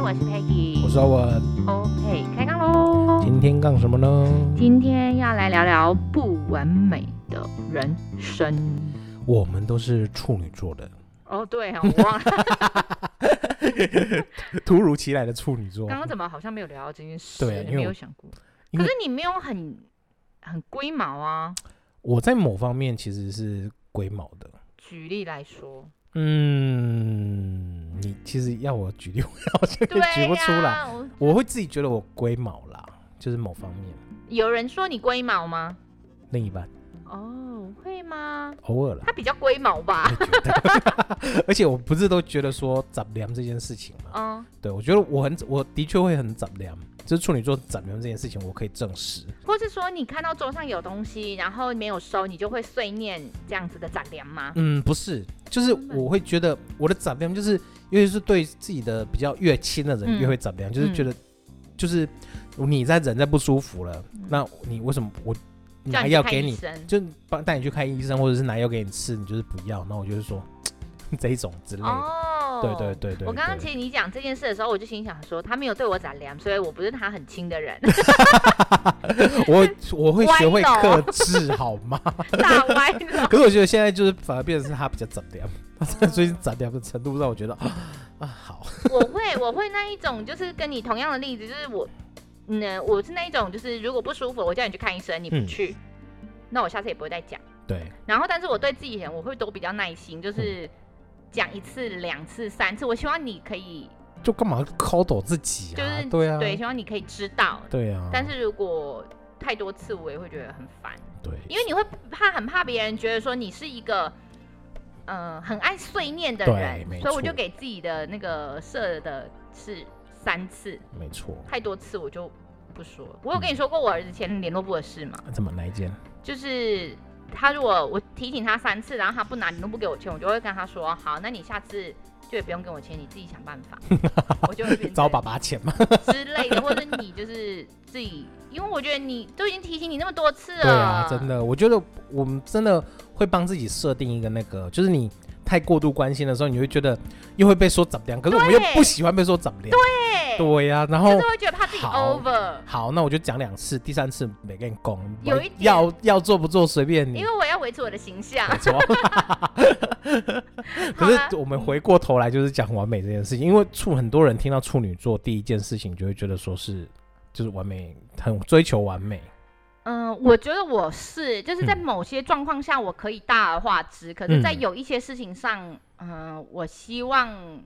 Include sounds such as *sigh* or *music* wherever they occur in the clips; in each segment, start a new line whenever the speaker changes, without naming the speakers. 我是 Peggy，
我是阿文，
OK，开杠喽。
今天干什么呢？
今天要来聊聊不完美的人生。
我们都是处女
*laughs*
座的，
哦，对
*laughs*
哦，我忘了，
啊突如其来的处女座。
刚刚怎么好像没有聊到这件事？
对因为
没
我
有想过。
因
可
为
是你没有很很龟毛啊。
我在某方面其实是龟毛的。
举例来说，
嗯，你其实要我举例，我好像
对
也
呀、
*laughs* 举不出来。
我
我会自己觉得我龟毛啦，就是某方面，
有人说你龟毛吗？
另一半
哦，会吗？*laughs*
偶尔啦
他比较龟毛吧。
*laughs* 会觉得。而且我不是都觉得说杂粮这件事情嘛，
嗯，
对我觉得我很我的确会很杂粮，就是处女座杂粮这件事情，我可以证实。
或是说你看到桌上有东西，然后没有收，你就会碎念这样子的长良吗？
嗯，不是，就是我会觉得我的杂粮就是，尤其是对自己的比较越亲的人
嗯
越会杂粮，就是觉得就是你在人在不舒服了，那你为什么我
嗯叫
拿
你去
药
看
嗯给
医
你，
生
就帮带你去看医生，或者是拿药给你吃，你就是不要，那我就
*laughs*
是说这一种之类的。
哦，
对对对对，
我刚刚
对
其实你讲这件事的时候，我就心想说，他没有对我长良，所以我不是他很亲的
*laughs*
人， *laughs*
我我会学会
歪
克
楼
制，好
*laughs*
吗？
大歪了。
可是我觉得现在就是反而变成是他比较杂粮，他 *laughs* 真的最近杂粮的程度让我觉得啊啊好，
我会我会那一种，就是跟你同样的例子，就是我，嗯，我是那一种，就是如果不舒服，我叫你去看医生，你不
嗯
去，那我下次也不会再讲。
对，
然后，但是我对自己人，我会都比较耐心，就是讲一次、两次、三次。我希望你可以，
就干嘛抠抖自己
就
啊？
是
对啊，
对，希望你可以知道。
对啊，
但是如果太多次，我也会觉得很烦，
对，
因为你会怕，很怕别人觉得说你是一个，呃，很爱碎念的
对
人，
没
所以我就
错
给自己的那个设的是三次，
没错，
太多次我就不说了。我有跟你说过我儿子前联络部的事吗？
怎么哪一件？
就是他如果我提醒他三次，然后他不拿你都不给我钱，我就会跟他说：哦好，那你下次就也不用跟我钱，你自己想办
*laughs*
法。我就会变成
找爸爸钱吗？
之类的，或者你就是自己，因为我觉得你都已经提醒你那么多次了，
对啊，真。的，我觉得我们真的会帮自己设定一个那个，就是你太过度关心的时候，你会觉得又会被说怎么样，可是我们又
对
不喜欢被说怎么样，
对，
对呀、然
就
后
是。会觉得怕自己
哦好
over，
好，那我就讲两次，第三次没跟你攻，
有一点
要要做不做随便你
因，为我要维持我的形象。
没错。 *laughs* 可
好啦啊
是我们回过头来就是讲完美这件事情，因为处很多人听到处女座第一件事情就会觉得说是就是完美，很追求完美。
嗯，我觉得我是，就是在某些状况下我可以大而化之，可是，在
嗯
有一些事情上，嗯、我希望，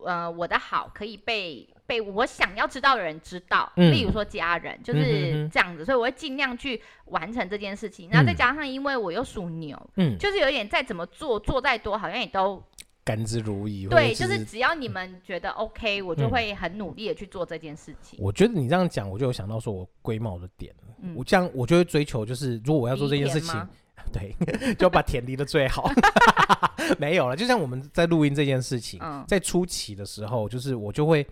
呃，我的好可以被被我想要知道的人知道，
嗯
例如说家人就
嗯哼
是
哼
这样子，所以我会尽量去完成这件事情。然后再
嗯
加上，因为我又属牛，
嗯，
就是有一点再怎么做，做再多好像也都
甘之如饴。或
对，
者
就是只要你们觉得 OK，我就
嗯
会很努力的去做这件事情。
我觉得你这样讲，我就有想到说我龟毛的点了。
嗯
我这样我就会追求，就是如果我要做这件事
犁田
情
吗，
对，就要把田犁的
*laughs*
最好。没有了，就像我们在录音这件事情，
嗯
在初期的时候，就是我就会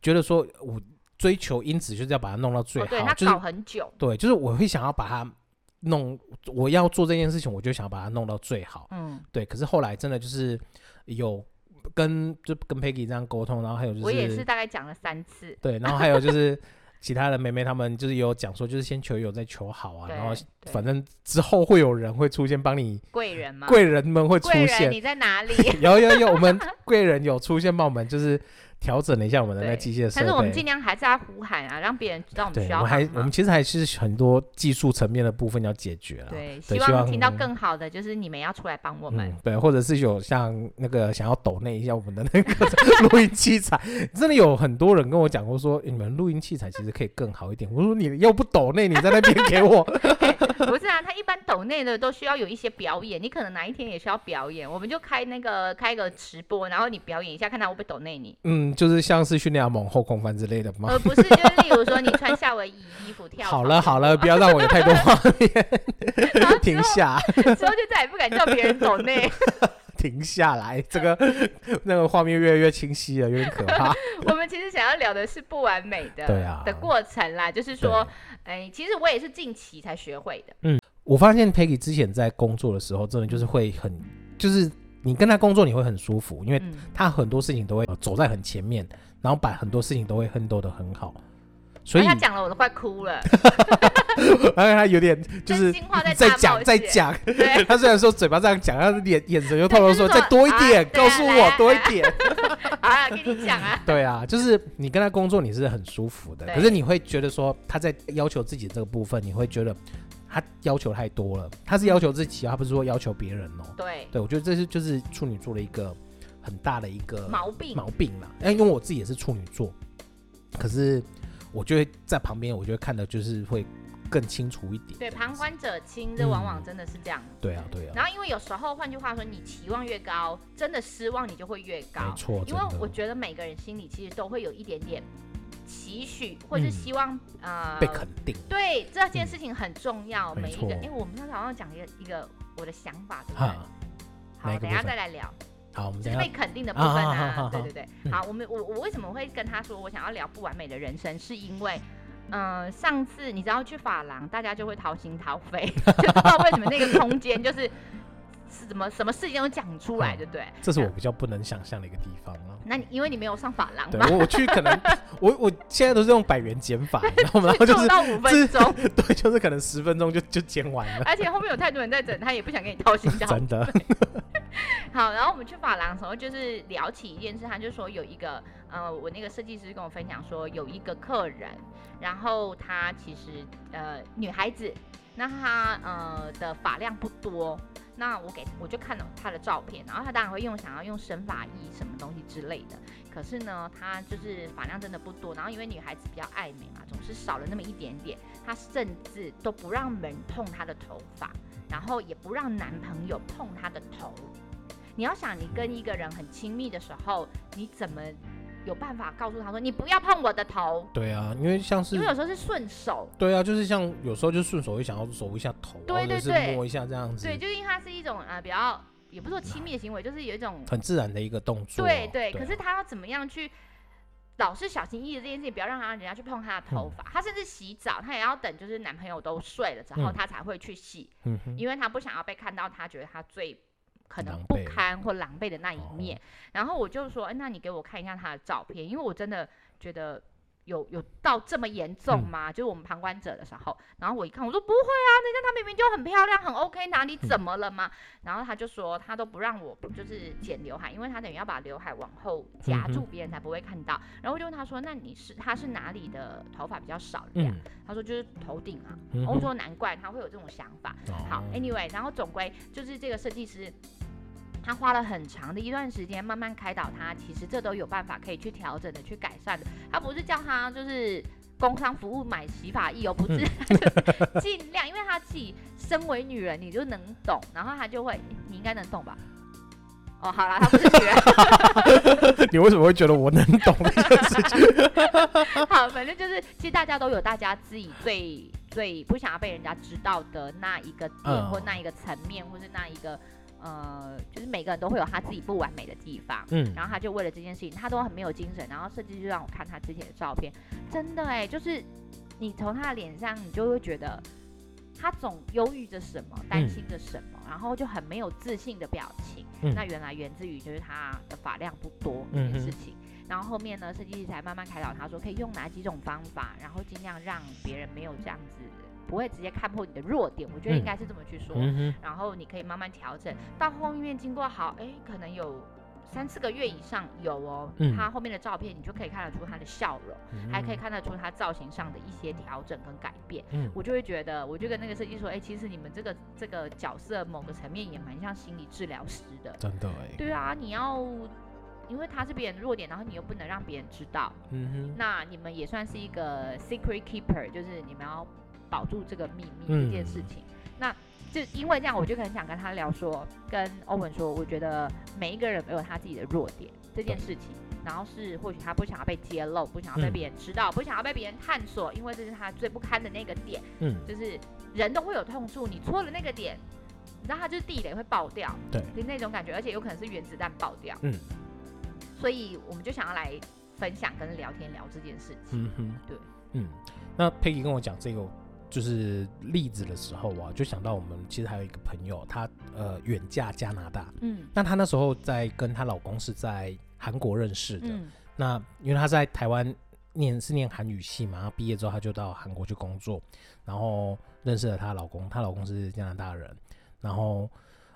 觉得说我追求音质就是要把它弄到最
哦，对，
好，
那
就是
搞很久，
对，就是我会想要把它弄，我要做这件事情，我就想把它弄到最好。
嗯，
对，可是后来真的就是有跟就跟 Peggy 这样沟通，然后还有就是
我也是大概讲了三次。
对，然后还有就是其他的妹妹她们就是有讲说，就是先求有再求好啊，
对
然后
对
反正之后会有人会出现帮你，
贵人吗？
贵人们会出
*laughs* 贵人，
现，
你在哪
*laughs*
里？
有有有，我们贵人有出现帮我们就是调整了一下我们的那
对
机械设
但是我们尽
备。
量还是要呼喊啊，让别人知道我们
对，
需
我
要
们还
帮
我
忙
们。其实还是很多技术层面的部分要解决了。
对，
对
希
希
望
望
听到更好的，就是你们要出来帮我们
嗯。，对，或者是有像那个想要抖那一下我们的那个录音器材， *laughs* 真的有很多人跟我讲过说，欸你们录音器材其实可以更好一点。我说你又不抖那，你在那边给我， *laughs*
不是啊，他一般抖内的都需要有一些表演，你可能哪一天也需要表演，我们就开那个开个直播，然后你表演一下，看他会不会抖内你。
嗯，就是像是训练阿蒙后空翻之类的吗？
呃，不是，就是例如说你穿夏威夷衣服跳。
好了好了，，不要让我有太多画 *laughs* 面， *laughs* 停下
*laughs* 之后就再也不敢叫别人抖内。
停下来，这个 *laughs* 那个画面越来越清晰了，有点可怕。
*laughs* 我们其实想要聊的是不完美的
*laughs* 对啊
的过程啦，就是说，哎、其实我也是近期才学会的。
我发现 Peggy 之前在工作的时候，真的就是会很就是你跟他工作你会很舒服，因为
嗯，
他很多事情都会呃走在很前面，然后把很多事情都会 handle 的很好。所以，
哎他讲了我都快哭了，
而 *laughs* 且他有点 *laughs* 就是
真心
*laughs*
话在
在
大冒
讲在
险，
讲，
*laughs*
*laughs*
对，
他虽然说嘴巴这样讲，但是眼眼神又透露
对就是
说
说
再多一点
啊，对啊
告诉
来
我
啊
多一点。 *laughs*
好啦，跟你讲啊，
对啊，就是你跟他工作你是很舒服的，
对
可是你会觉得说他在要求自己这个部分，你会觉得啊他要求太多了，他是要求自己，他不是说要求别人哦。
对，
对，我觉得这是就是处女座的一个很大的一个
毛病，
毛病啦。哎，因为我自己也是处女座，可是我就会在旁边，我就会看的就是会更清楚一点。
对，旁观者清，
嗯
这往往真的是这样。
对啊，对啊，
然后，因为有时候，换句话说，你期望越高，真的失望你就会越
没
高。
错，
因
真
为我
的
觉得每个人心里其实都会有一点点期许，或
嗯
是希望、呃
被肯定。
对这件事情很重要，
嗯
每一个。
没错
哎，我们上次好像讲一个一个我的想法，对不对？
哈，哪
好，
一个部
等一下
分
再来聊，
好，我们
就
等一
是
下
被肯定的部分啊。
啊好好好
对对对，
嗯
好，我们我我为什么会跟他说我想要聊不完美的人生，是因为。嗯、上次你知道去发廊，大家就会掏心掏肺， *laughs* 就不知道为什么那个空间就是是怎么什么事情都讲出来，对不对？
这是我比较不能想象的一个地方
*laughs*
啊。
那你因为你没有上发廊
对
嘛，
我我去可能我我现在都是用百元减
*laughs*
法，然后然后 *laughs* 就
做
是
到五分钟，
对，就是可能十分钟就就减完
*laughs*
了，
而且后面有太多人在整，他也不想跟你掏心掏肺
真的。
*laughs* 好，然后我们去发廊的时候，就是聊起一件事，他就说有一个，呃，我那个设计师跟我分享说，有一个客人，然后她其实呃女孩子，那她呃的发量不多，那我给我就看了她的照片，然后她当然会用想要用生发液什么东西之类的，可是呢，她就是发量真的不多，然后因为女孩子比较爱美嘛，总是少了那么一点点，她甚至都不让人碰她的头发，然后也不让男朋友碰她的头。你要想，你跟一个人很亲密的时候，你怎么有办法告诉他说你不要碰我的头？
对啊，因为像是
因为有时候是顺手，
对啊，就是像有时候就顺手会想要揉一下头啊，
对
或者
对
是
对
摸一下这样子
对，，就是因为它是一种啊、呃比较，也不是说亲密的行为，就是有一种
很自然的一个动作。
对对。可
啊
是他要怎么样去？老是小心翼翼的这件事情，不要让他人家去碰他的头发。他甚至洗澡，他也要等，就是男朋友都睡了之后，
嗯
他才会去洗，
嗯哼，
因为他不想要被看到，他觉得他最可能
狼
不
狈哦
堪或狼狈的那一面。然后我就说，哎，那你给我看一下他的照片，因为我真的觉得有有到这么严重
嗯
吗？就是我们旁观者的时候，然后我一看，我说不会啊，人家她明明就很漂亮，很 OK，哪
嗯
里怎么了嘛？然后他就说他都不让我就是剪刘海，因为他等于要把刘海往后夹
嗯
住，
哼
别人才不会看到。然后我就问他说，那你是他是哪里的头发比较少量？
嗯
他说就是头顶啊。
嗯
我
哼，
说难怪他会有这种想法。好哎
哦
，anyway，然后总归就是这个设计师，他花了很长的一段时间慢慢开导他，其实这都有办法可以去调整的、去改善的。他不是叫他就是工商服务买洗发液哦，不是， *laughs* 他就是尽量，因为他自己身为女人，你就能懂，然后他就会，你应该能懂吧？哦，好啦，他不是女人，
*laughs* 你为什么会觉得我能
*laughs*
懂这个事情？
好，反正就是，其实大家都有大家自己最最不想要被人家知道的那一个点，
嗯
或那一个层面，或是那一个呃，就是每个人都会有他自己不完美的地方。
嗯，
然后他就为了这件事情，他都很没有精神。然后设计就让我看他之前的照片，真的哎、就是你从他的脸上，你就会觉得他总忧郁着什么，担心着什么，然后就很没有自信的表情。
嗯
那原来源自于就是他的发量不多这
嗯哼
件事情。然后后面呢，设计师才慢慢开导他说可以用哪几种方法，然后尽量让别人没有这样子，不会直接看破你的弱点。我觉得应该是这么去说。
嗯哼，
然后你可以慢慢调整。到后面经过好，哎，可能有三四个月以上有哦，
嗯
他后面的照片你就可以看得出他的笑容，还可以看得出他造型上的一些调整跟改变。
嗯
我就会觉得，我就跟那个设计师说，哎，其实你们这个这个角色某个层面也蛮像心理治疗师的。
真的哎，
对啊，你要因为他是别人弱点，然后你又不能让别人知道，
嗯
那你们也算是一个 secret keeper，就是你们要保住这个秘密
嗯
这件事情。那就因为这样，我就很想跟他聊说，跟欧文说，我觉得每一个人都有他自己的弱点这件事情，然后是或许他不想要被揭露，不想要被
嗯
别人知道，不想要被别人探索，因为这是他最不堪的那个点。
哼，嗯，
就是人都会有痛处，你戳了那个点，你知道它就是地雷会爆掉，
对，
就那种感觉，而且有可能是原子弹爆掉，
嗯，
所以我们就想要来分享跟聊天聊这件事情，
嗯哼，
对，
嗯，那 Peggy 跟我讲这个，就是例子的时候啊，就想到我们其实还有一个朋友，她呃远嫁加拿大，
嗯
那她那时候在跟她老公是在韩国认识的，
嗯
那因为她在台湾念是念韩语系嘛，她毕业之后她就到韩国去工作，然后认识了她老公，她老公是加拿大人，然后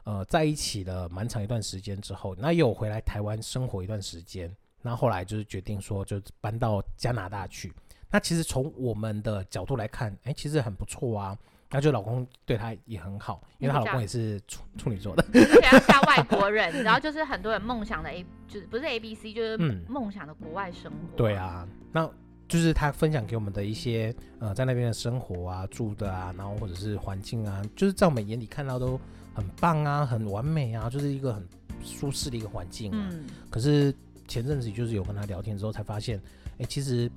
呃在一起了蛮长一段时间之后，那也有回来台湾生活一段时间，那后来就是决定说就搬到加拿大去。那其实从我们的角度来看，哎、其实很不错啊。那就老公对她也很好，因为她老公也是处处女座的，
而且要嫁外国人，你知道，就是很多人梦想的 A，就是不是 A B C，就是
嗯
梦想的国外生活。
对，啊，那就是他分享给我们的一些呃，在那边的生活啊、住的啊，然后或者是环境啊，就是在我们眼里看到都很棒啊、很完美啊，就是一个很舒适的一个环境啊。
嗯，
可是前阵子就是有跟他聊天之后，才发现，哎、其实，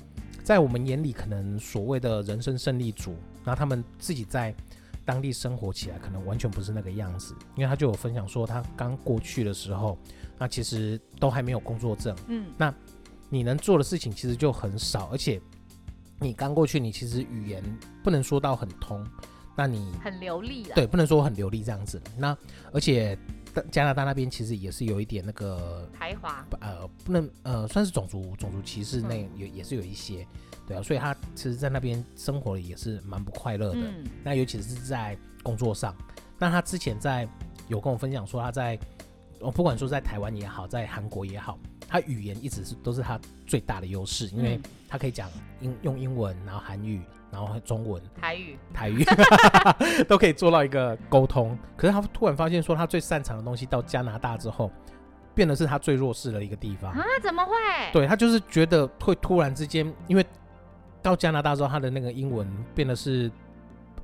在我们眼里可能所谓的人生胜利组，然后他们自己在当地生活起来，可能完全不是那个样子。因为他就有分享说，他刚过去的时候，那其实都还没有工作证。
嗯
你能做的事情其实就很少，而且你刚过去，你其实语言不能说到很通，那你
很流利啦。
对不能说很流利这样子。那而且大加拿大那边其实也是有一点那个
才华，
呃，不能呃，算是种族种族歧视那也也是有一些，对啊，所以他其实在那边生活的也是蛮不快乐的。
嗯
那尤其是在工作上，那他之前在有跟我分享说他在，哦，不管说在台湾也好，在韩国也好，他语言一直是都是他最大的优势，因为
嗯
他可以讲英用英文，然后韩语，然后中文、
台语，
台语 *laughs* 都可以做到一个沟通。可是他突然发现说他最擅长的东西到加拿大之后，变得是他最弱势的一个地方。
啊，怎么会？
对他就是觉得会突然之间，因为到加拿大之后，他的那个英文变得是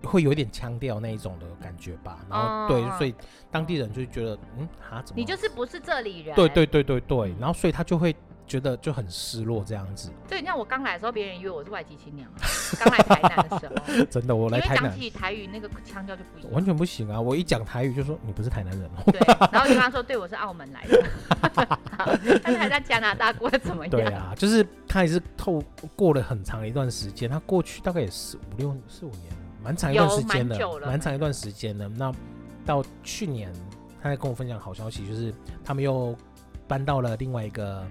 会有一点腔调那一种的感觉吧。然后、
哦
对，所以当地人就觉得，嗯，他怎么？
你就是不是这里人。
对对对对对，然后所以他就会觉得就很失落这样子。 *laughs*
对，你看我刚来的时候，别人以为我是外籍新娘啊。刚来台南的时候，
真的，我
因
来
为
台
讲
南
起台语那个腔调就不一
完
样。
全不行啊！我一讲台语就说你不是台南人哦。
对，然后我就跟他说，对我是澳门来的， *laughs* 但是还在加拿大过得怎么样？
对啊，就是他也是透过了很长一段时间，他过去大概也是五六四五年，蛮长一段时间
有蛮久了
蛮长一段时间的。那到去年，他在跟我分享好消息，就是他们又搬到了另外一个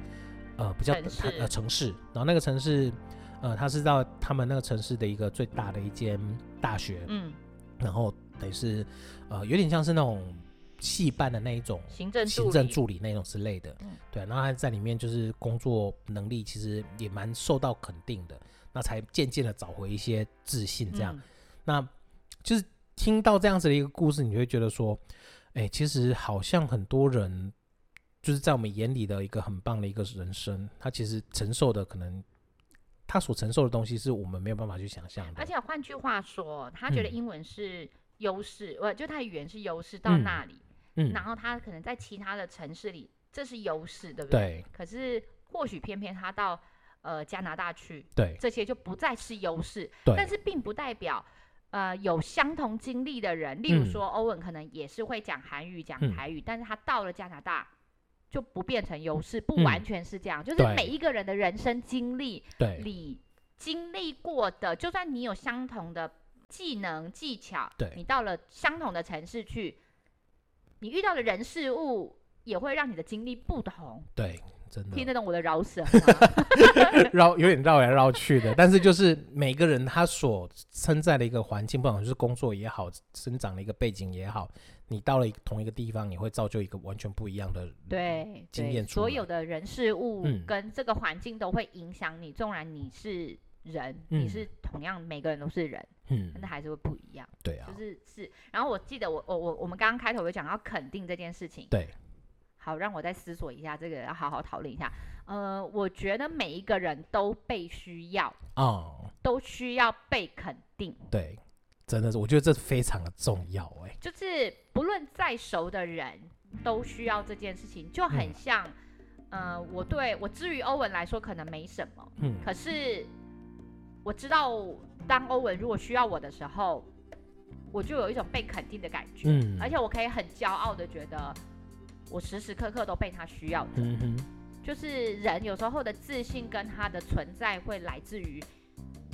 呃比较
城市
呃城市，然后那个城市呃他是到他们那个城市的一个最大的一间大学，
嗯，
然后等于是呃有点像是那种戏办的那一种
行政
行
助
政
理，
助理那种之类的
嗯，
对啊，然后他在里面就是工作能力其实也蛮受到肯定的，那才渐渐的找回一些自信，这样，
嗯
那就是听到这样子的一个故事，你会觉得说，哎，其实好像很多人就是在我们眼里的一个很棒的一个人生，他其实承受的可能他所承受的东西是我们没有办法去想象的，
而且换句话说，他觉得
嗯
英文是优势，呃、就他语言是优势到
嗯
那里，
嗯，
然后他可能在其他的城市里这是优势，对不对？
对
可是或许偏偏他到呃加拿大去，
对
这些就不再是优势，但
对，
是并不代表。呃，有相同经历的人，例如
嗯
说欧文，可能也是会讲韩语、讲
嗯
台语，但是他到了加拿大就不变成优势，不
嗯
完全是这样，就是
对
每一个人的人生经历
对，
你经历过的，就算你有相同的技能技巧，
对
你到了相同的城市去，你遇到的人事物也会让你的经历不同。
对，真的
听。得懂我的饶舌
*laughs*
吗？
绕有点绕来绕去的，但是就是每个人他所身在的一个环境，不管是工作也好，生长的一个背景也好，你到了一个同一个地方，你会造就一个完全不一样的。
对，
经
对
验出
所
来
有的人事物
嗯
跟这个环境都会影响你，纵然你是人，你
嗯
是同样每个人都是人，
嗯
但，是还是会不一样。
对啊
就，是是，然后我记得我我我我们刚刚开头有讲到肯定这件事情，
对，
好，让我再思索一下这个，要好好讨论一下。呃，我觉得每一个人都被需要，
哦，
都需要被肯定，
对，真的是，我觉得这非常的重要、哎，
就是不论再熟的人都需要这件事情，就很
嗯
像，呃，我对我至于欧文来说可能没什么，
嗯，
可是我知道当欧文如果需要我的时候，我就有一种被肯定的感觉，
嗯
而且我可以很骄傲的觉得我时时刻刻都被他需要着。
嗯哼，
就是人有时候的自信跟他的存在会来自于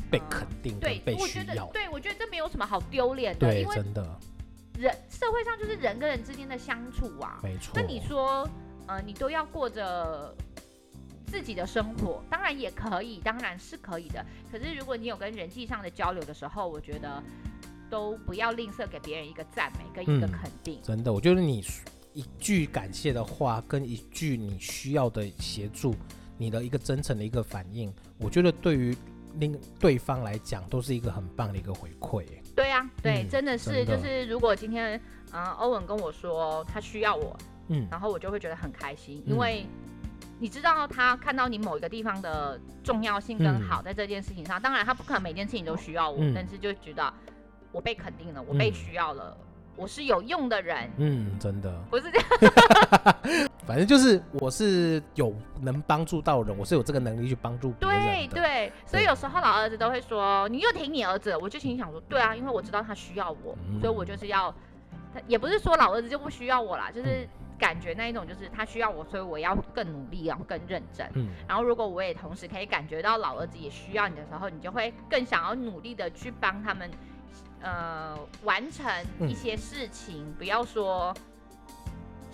被肯定、跟
对
被，
我
需
觉得
要，。
对我觉得这没有什么好丢脸的，
对，
因为
真的
人社会上就是人跟人之间的相处啊。
没错。
那你说，呃，你都要过着自己的生活，当然也可以，当然是可以的。可是如果你有跟人际上的交流的时候，我觉得都不要吝啬给别人一个赞美跟一个
嗯
肯定。
真的，我觉得你一句感谢的话，跟一句你需要的协助，你的一个真诚的一个反应，我觉得对于另对方来讲，都是一个很棒的一个回馈。欸
对啊，对，
嗯
真的是，
真的
就是如果今天，嗯、欧文跟我说他需要我，
嗯，
然后我就会觉得很开心，
嗯
因为你知道他看到你某一个地方的重要性跟
嗯
好，在这件事情上，当然他不可能每件事情都需要我，
嗯
但是就觉得我被肯定了，我被
嗯
需要了，我是有用的人，
嗯，真的，
不是这样，
反正就是我是有能帮助到人，我是有这个能力去帮助别
对
人的。
对，所以有时候老儿子都会说，你又挺你儿子了，我就心里想说，对啊，因为我知道他需要我，
嗯
所以我就是要，他也不是说老儿子就不需要我啦，
嗯
就是感觉那一种就是他需要我，所以我要更努力，然后更认真。
嗯，
然后，如果我也同时可以感觉到老儿子也需要你的时候，你就会更想要努力的去帮他们，呃，完成一些事情。不要说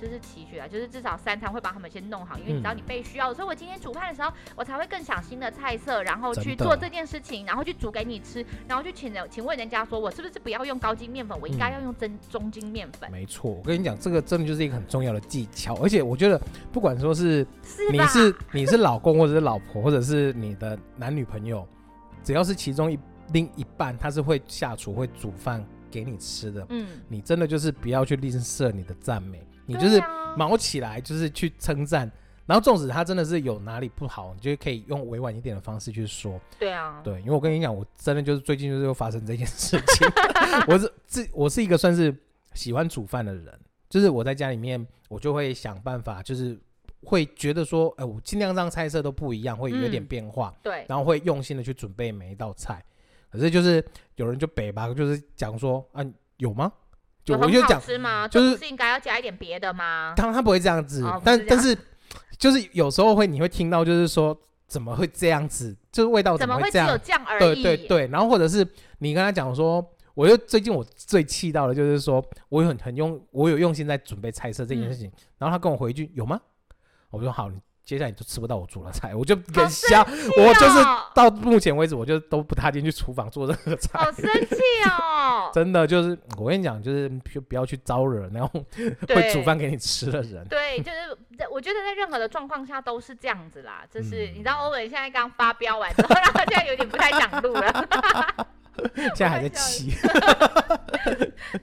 就是期许啊，就是至少三餐会帮他们先弄好，因为你知道
嗯
你被需要，所以我今天煮饭的时候，我才会更想新的菜色，然后去
真的
做这件事情，然后去煮给你吃，然后去请人请问人家说我是不是不要用高筋面粉，我应该
嗯
要用真中筋面粉，
没错。我跟你讲，这个真的就是一个很重要的技巧，而且我觉得不管说是
是
你
吧？
是你是老公或者是老婆或者是你的男女朋友，只要是其中一另一半他是会下厨会煮饭给你吃的，
嗯，
你真的就是不要去吝啬你的赞美，你就
对
是
啊
毛起来就是去称赞，然后纵使他真的是有哪里不好，你就可以用委婉一点的方式去说。
对啊，
对，因为我跟你讲，我真的就是最近就是又发生这件事
*laughs*
情。我是自我是一个算是喜欢煮饭的人，就是我在家里面，我就会想办法，就是会觉得说，哎、我尽量让菜色都不一样，会有点
嗯
变化，
对，
然后会用心的去准备每一道菜。可是就是有人就北吧，就是讲说啊，有吗？就
有
我
啊很
就
好
讲，
吃吗？
就
这
是
不是应该要加一点别的吗？
当然他不会这样子，
哦不
但
是这
但
样
是就是有时候会你会听到，就是说怎么会这样子，就是味道
怎么
会
会只
这样
有酱而
对
已？
对对，然后或者是你跟他讲说，我又最近我最气到的就是说我有很很用我有用心在准备菜色这件
嗯
事情，然后他跟我回一句有吗？我说好，你接下来你就吃不到我煮的菜，我就很香，我就是
哦
到目前为止我就都不踏进去厨房做任何菜。
好生气哦！
真的就是，我跟你讲，就是就不要去招惹那种 *laughs* 会煮
对
饭给你吃的人。
对，就是在我觉得在任何的状况下都是这样子啦。就是、
嗯
你知道欧文现在刚发飙完之后，然后现在有点不太想录了。
现在还在
我笑
气，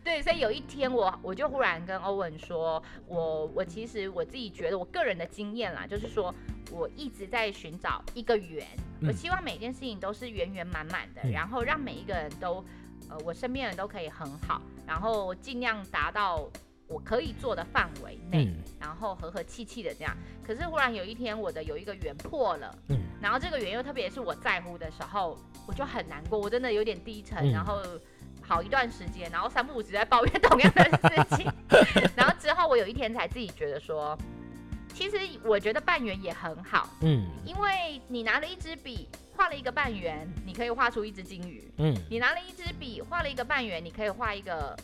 对，所以有一天我我就忽然跟欧文说，我我其实我自己觉得我个人的经验啦，就是说我一直在寻找一个圆，
嗯
我希望每件事情都是圆圆满满的，
嗯
然后让每一个人都，呃，我身边的人都可以很好，然后尽量达到我可以做的范围内。
*laughs* 嗯
然后和和气气的这样。可是忽然有一天，我的有一个圆破了，
嗯
然后这个圆又特别是我在乎的时候，我就很难过，我真的有点低沉，
嗯
然后好一段时间，然后三不五时在抱怨同样的事
*laughs*
情，然后之后我有一天才自己觉得说，其实我觉得半圆也很好，
嗯
因为你拿了一支笔画了一个半圆，你可以画出一只金鱼；
嗯，
你拿了一支笔画了一个半圆，你可以画一个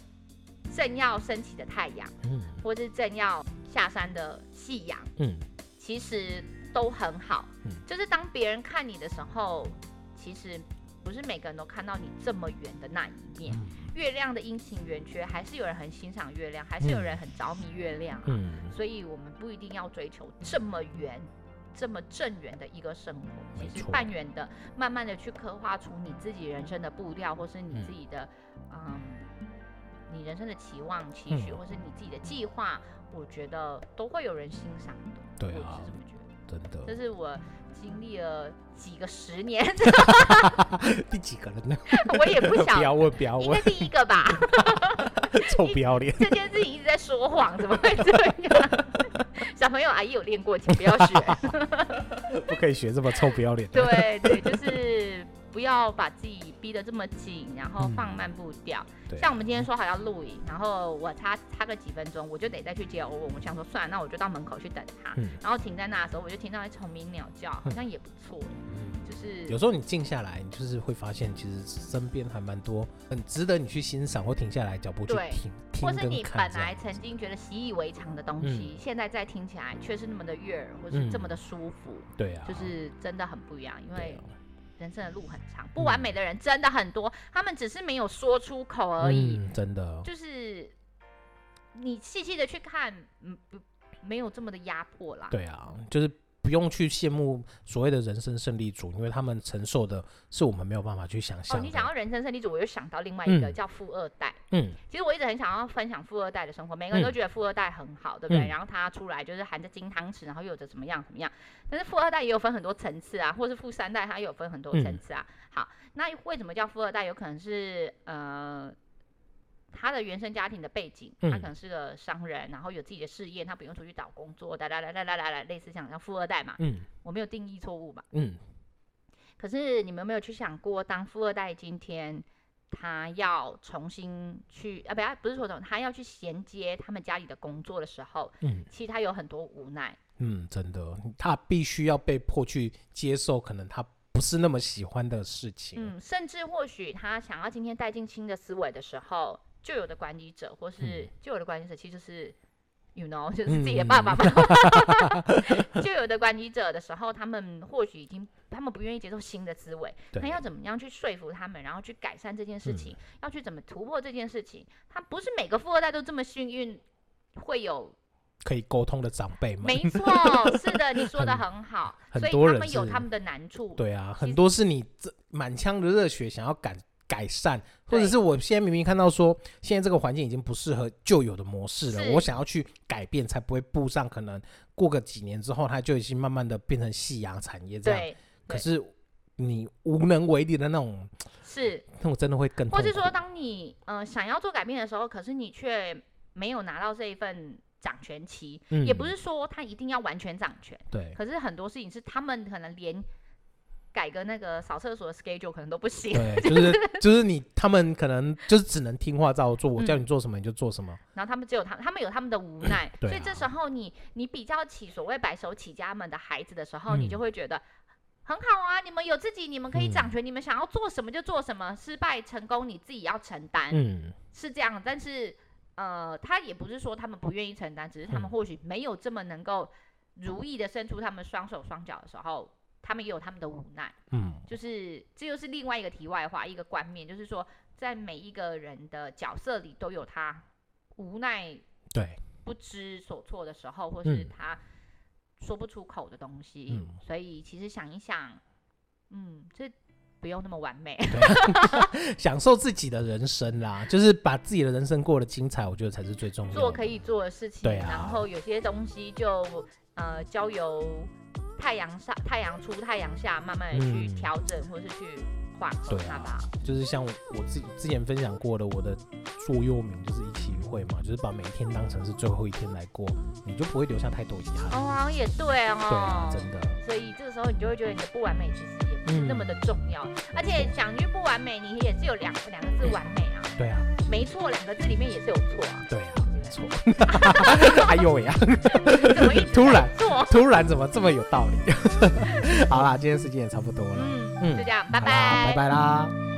正要升起的太阳。
嗯
或是正要下山的夕阳，
嗯
其实都很好。
嗯
就是当别人看你的时候，其实不是每个人都看到你这么远的那一面。
嗯
月亮的阴晴圆缺，还是有人很欣赏月亮，还是有人很着迷月亮啊。
嗯，
所以我们不一定要追求这么圆、这么正圆的一个生活。
没
其实
错
半圆的，慢慢的去刻画出你自己人生的步调，或是你
嗯
自己的，嗯，你人生的期望、期许，
嗯
或是你自己的计划，我觉得都会有人欣赏的。
对
我
啊
是，这么觉得。
真的。
这是我经历了几个十
*laughs*
年，
第几个人呢？
我也不晓
*laughs* 不要
得。
问，不要
应
问
该，第一个吧，
*laughs* 臭不要脸。
这件事情一直在说谎，怎么会这样？ *laughs* 小朋友，阿姨有练过，请不要学。
不可以学这么臭不要脸的。
对对，就是不要把自己逼得这么紧，然后放慢步调。
嗯对
像我们今天说好要录影，然后我差差个几分钟，我就得再去接欧文。我想说，算了，那我就到门口去等他。
嗯
然后停在那的时候，我就听到一哎虫鸣鸟叫，好像也不错，
嗯，
就是
有时候你静下来，你就是会发现，其实身边还蛮多很值得你去欣赏或停下来脚步去
对
听听
或是
跟
你
看
本
这样嗯
来曾经觉得习以为常的东西，现在再听起来却是那么的悦耳，或是这么的舒服，
对啊，
就是真的很不一样。因
对
为
啊
人生的路很长，不完美的人真的很多，他们只是没有说出口而已。
嗯、真的，
就是你细细的去看，嗯，不没有这么的压迫啦。
对啊，就是不用去羡慕所谓的人生胜利组，因为他们承受的是我们没有办法去想
哦，
象的。
你讲到人生胜利组，我又想到另外一个、
嗯
叫富二代。
嗯，
其实我一直很想要分享富二代的生活，每个人都觉得富二代很好，对不对？
嗯
然后他出来就是含着金汤匙，然后又有着怎么样怎么样。但是富二代也有分很多层次啊，或是富三代，他也有分很多
嗯
层次啊。好，那为什么叫富二代？有可能是呃。他的原生家庭的背景，他
嗯
可能是个商人，然后有自己的事业，他不用出去找工作，哒哒哒哒哒哒哒，类似像像富二代嘛，
嗯
我没有定义错误吧？
嗯，
可是你们有没有去想过，当富二代今天他要重新去啊，不要不是说重，他要去衔接他们家里的工作的时候，
嗯
其实他有很多无奈，
嗯，真的，他必须要被迫去接受可能他不是那么喜欢的事情。
嗯，甚至或许他想要今天带进新的思维的时候，旧有的管理者或是旧有的管理者其实是。You know，就是自己的爸爸嘛。旧有的管理者的时候，他们或许已经，他们不愿意接受新的思维，
对嗯
那，要怎么样去说服他们，然后去改善这件事情，要去怎么突破这件事情？他不是每个富二代都这么幸运，会
*laughs*
有
可以沟通的长辈们，
没错，是的，你说的很好，
很
所以
多
他
人
们有
是
他们的难处，
对啊，
其
很
实
多是你这满腔的热血想要改改善，或者
对
是我现在明明看到说现在这个环境已经不适合旧有的模式了，
是
我想要去改变，才不会步上可能过个几年之后，它就已经慢慢的变成夕阳产业这样。
对，
可是你无能为力的那种，
是，
那种真的会更痛
或
苦。
是说，当你呃想要做改变的时候，可是你却没有拿到这一份掌权期，
嗯
也不是说他一定要完全掌权，
对，
可是很多事情是他们可能连改个那个扫厕所的 schedule 可能都不行，
对，
*laughs*
就是就是你他们可能就是只能听话照做，我
嗯
叫你做什么你就做什么。
然后他们只有他，他们有他们的无奈，
对
所以
啊
这时候你你比较起所谓白手起家们的孩子的时候，你就
嗯
会觉得很好啊，你们有自己，你们可以掌权，你们想要做什么就做什么，失败成功你自己要承担，
嗯，
是这样。但是呃，他也不是说他们不愿意承担，只是他们
嗯
或许没有这么能够如意的伸出他们双手双脚的时候，他们也有他们的无奈。
嗯，
就是这又是另外一个题外话，一个观念，就是说在每一个人的角色里都有他无奈
对，
不知所措的时候，或是
嗯
他说不出口的东西。
嗯
所以其实想一想，嗯，这不用那么完美。
*laughs* 享受自己的人生啦，就是把自己的人生过得精彩，我觉得才是最重要的。
做可以做的事情，
对啊
然后有些东西就呃交由太阳上、太阳出、太阳下，慢慢的去
嗯
调整，或是去缓和
对
它
啊
吧。
就是像我我自己之前分享过的，我的座右铭就是一起一会嘛，就是把每一天当成是最后一天来过，你就不会留下太多遗憾。
哦，好像也对哦。
对啊，真的，
所以这个时候你就会觉得你的不完美其实也不是那么的
嗯
重要，而且讲句不完美，你也是有两两个字完美啊，
对啊，
没错，两个字里面也是有错啊，
对啊，没错。 *laughs* 哎呦喂呀，
怎么一直
突
*laughs*
然
在错？
突然怎么这 *laughs* 么有道理？好啦，今天时间也差不多了，
嗯，
嗯
就这样，拜
好啦
拜
拜。拜啦。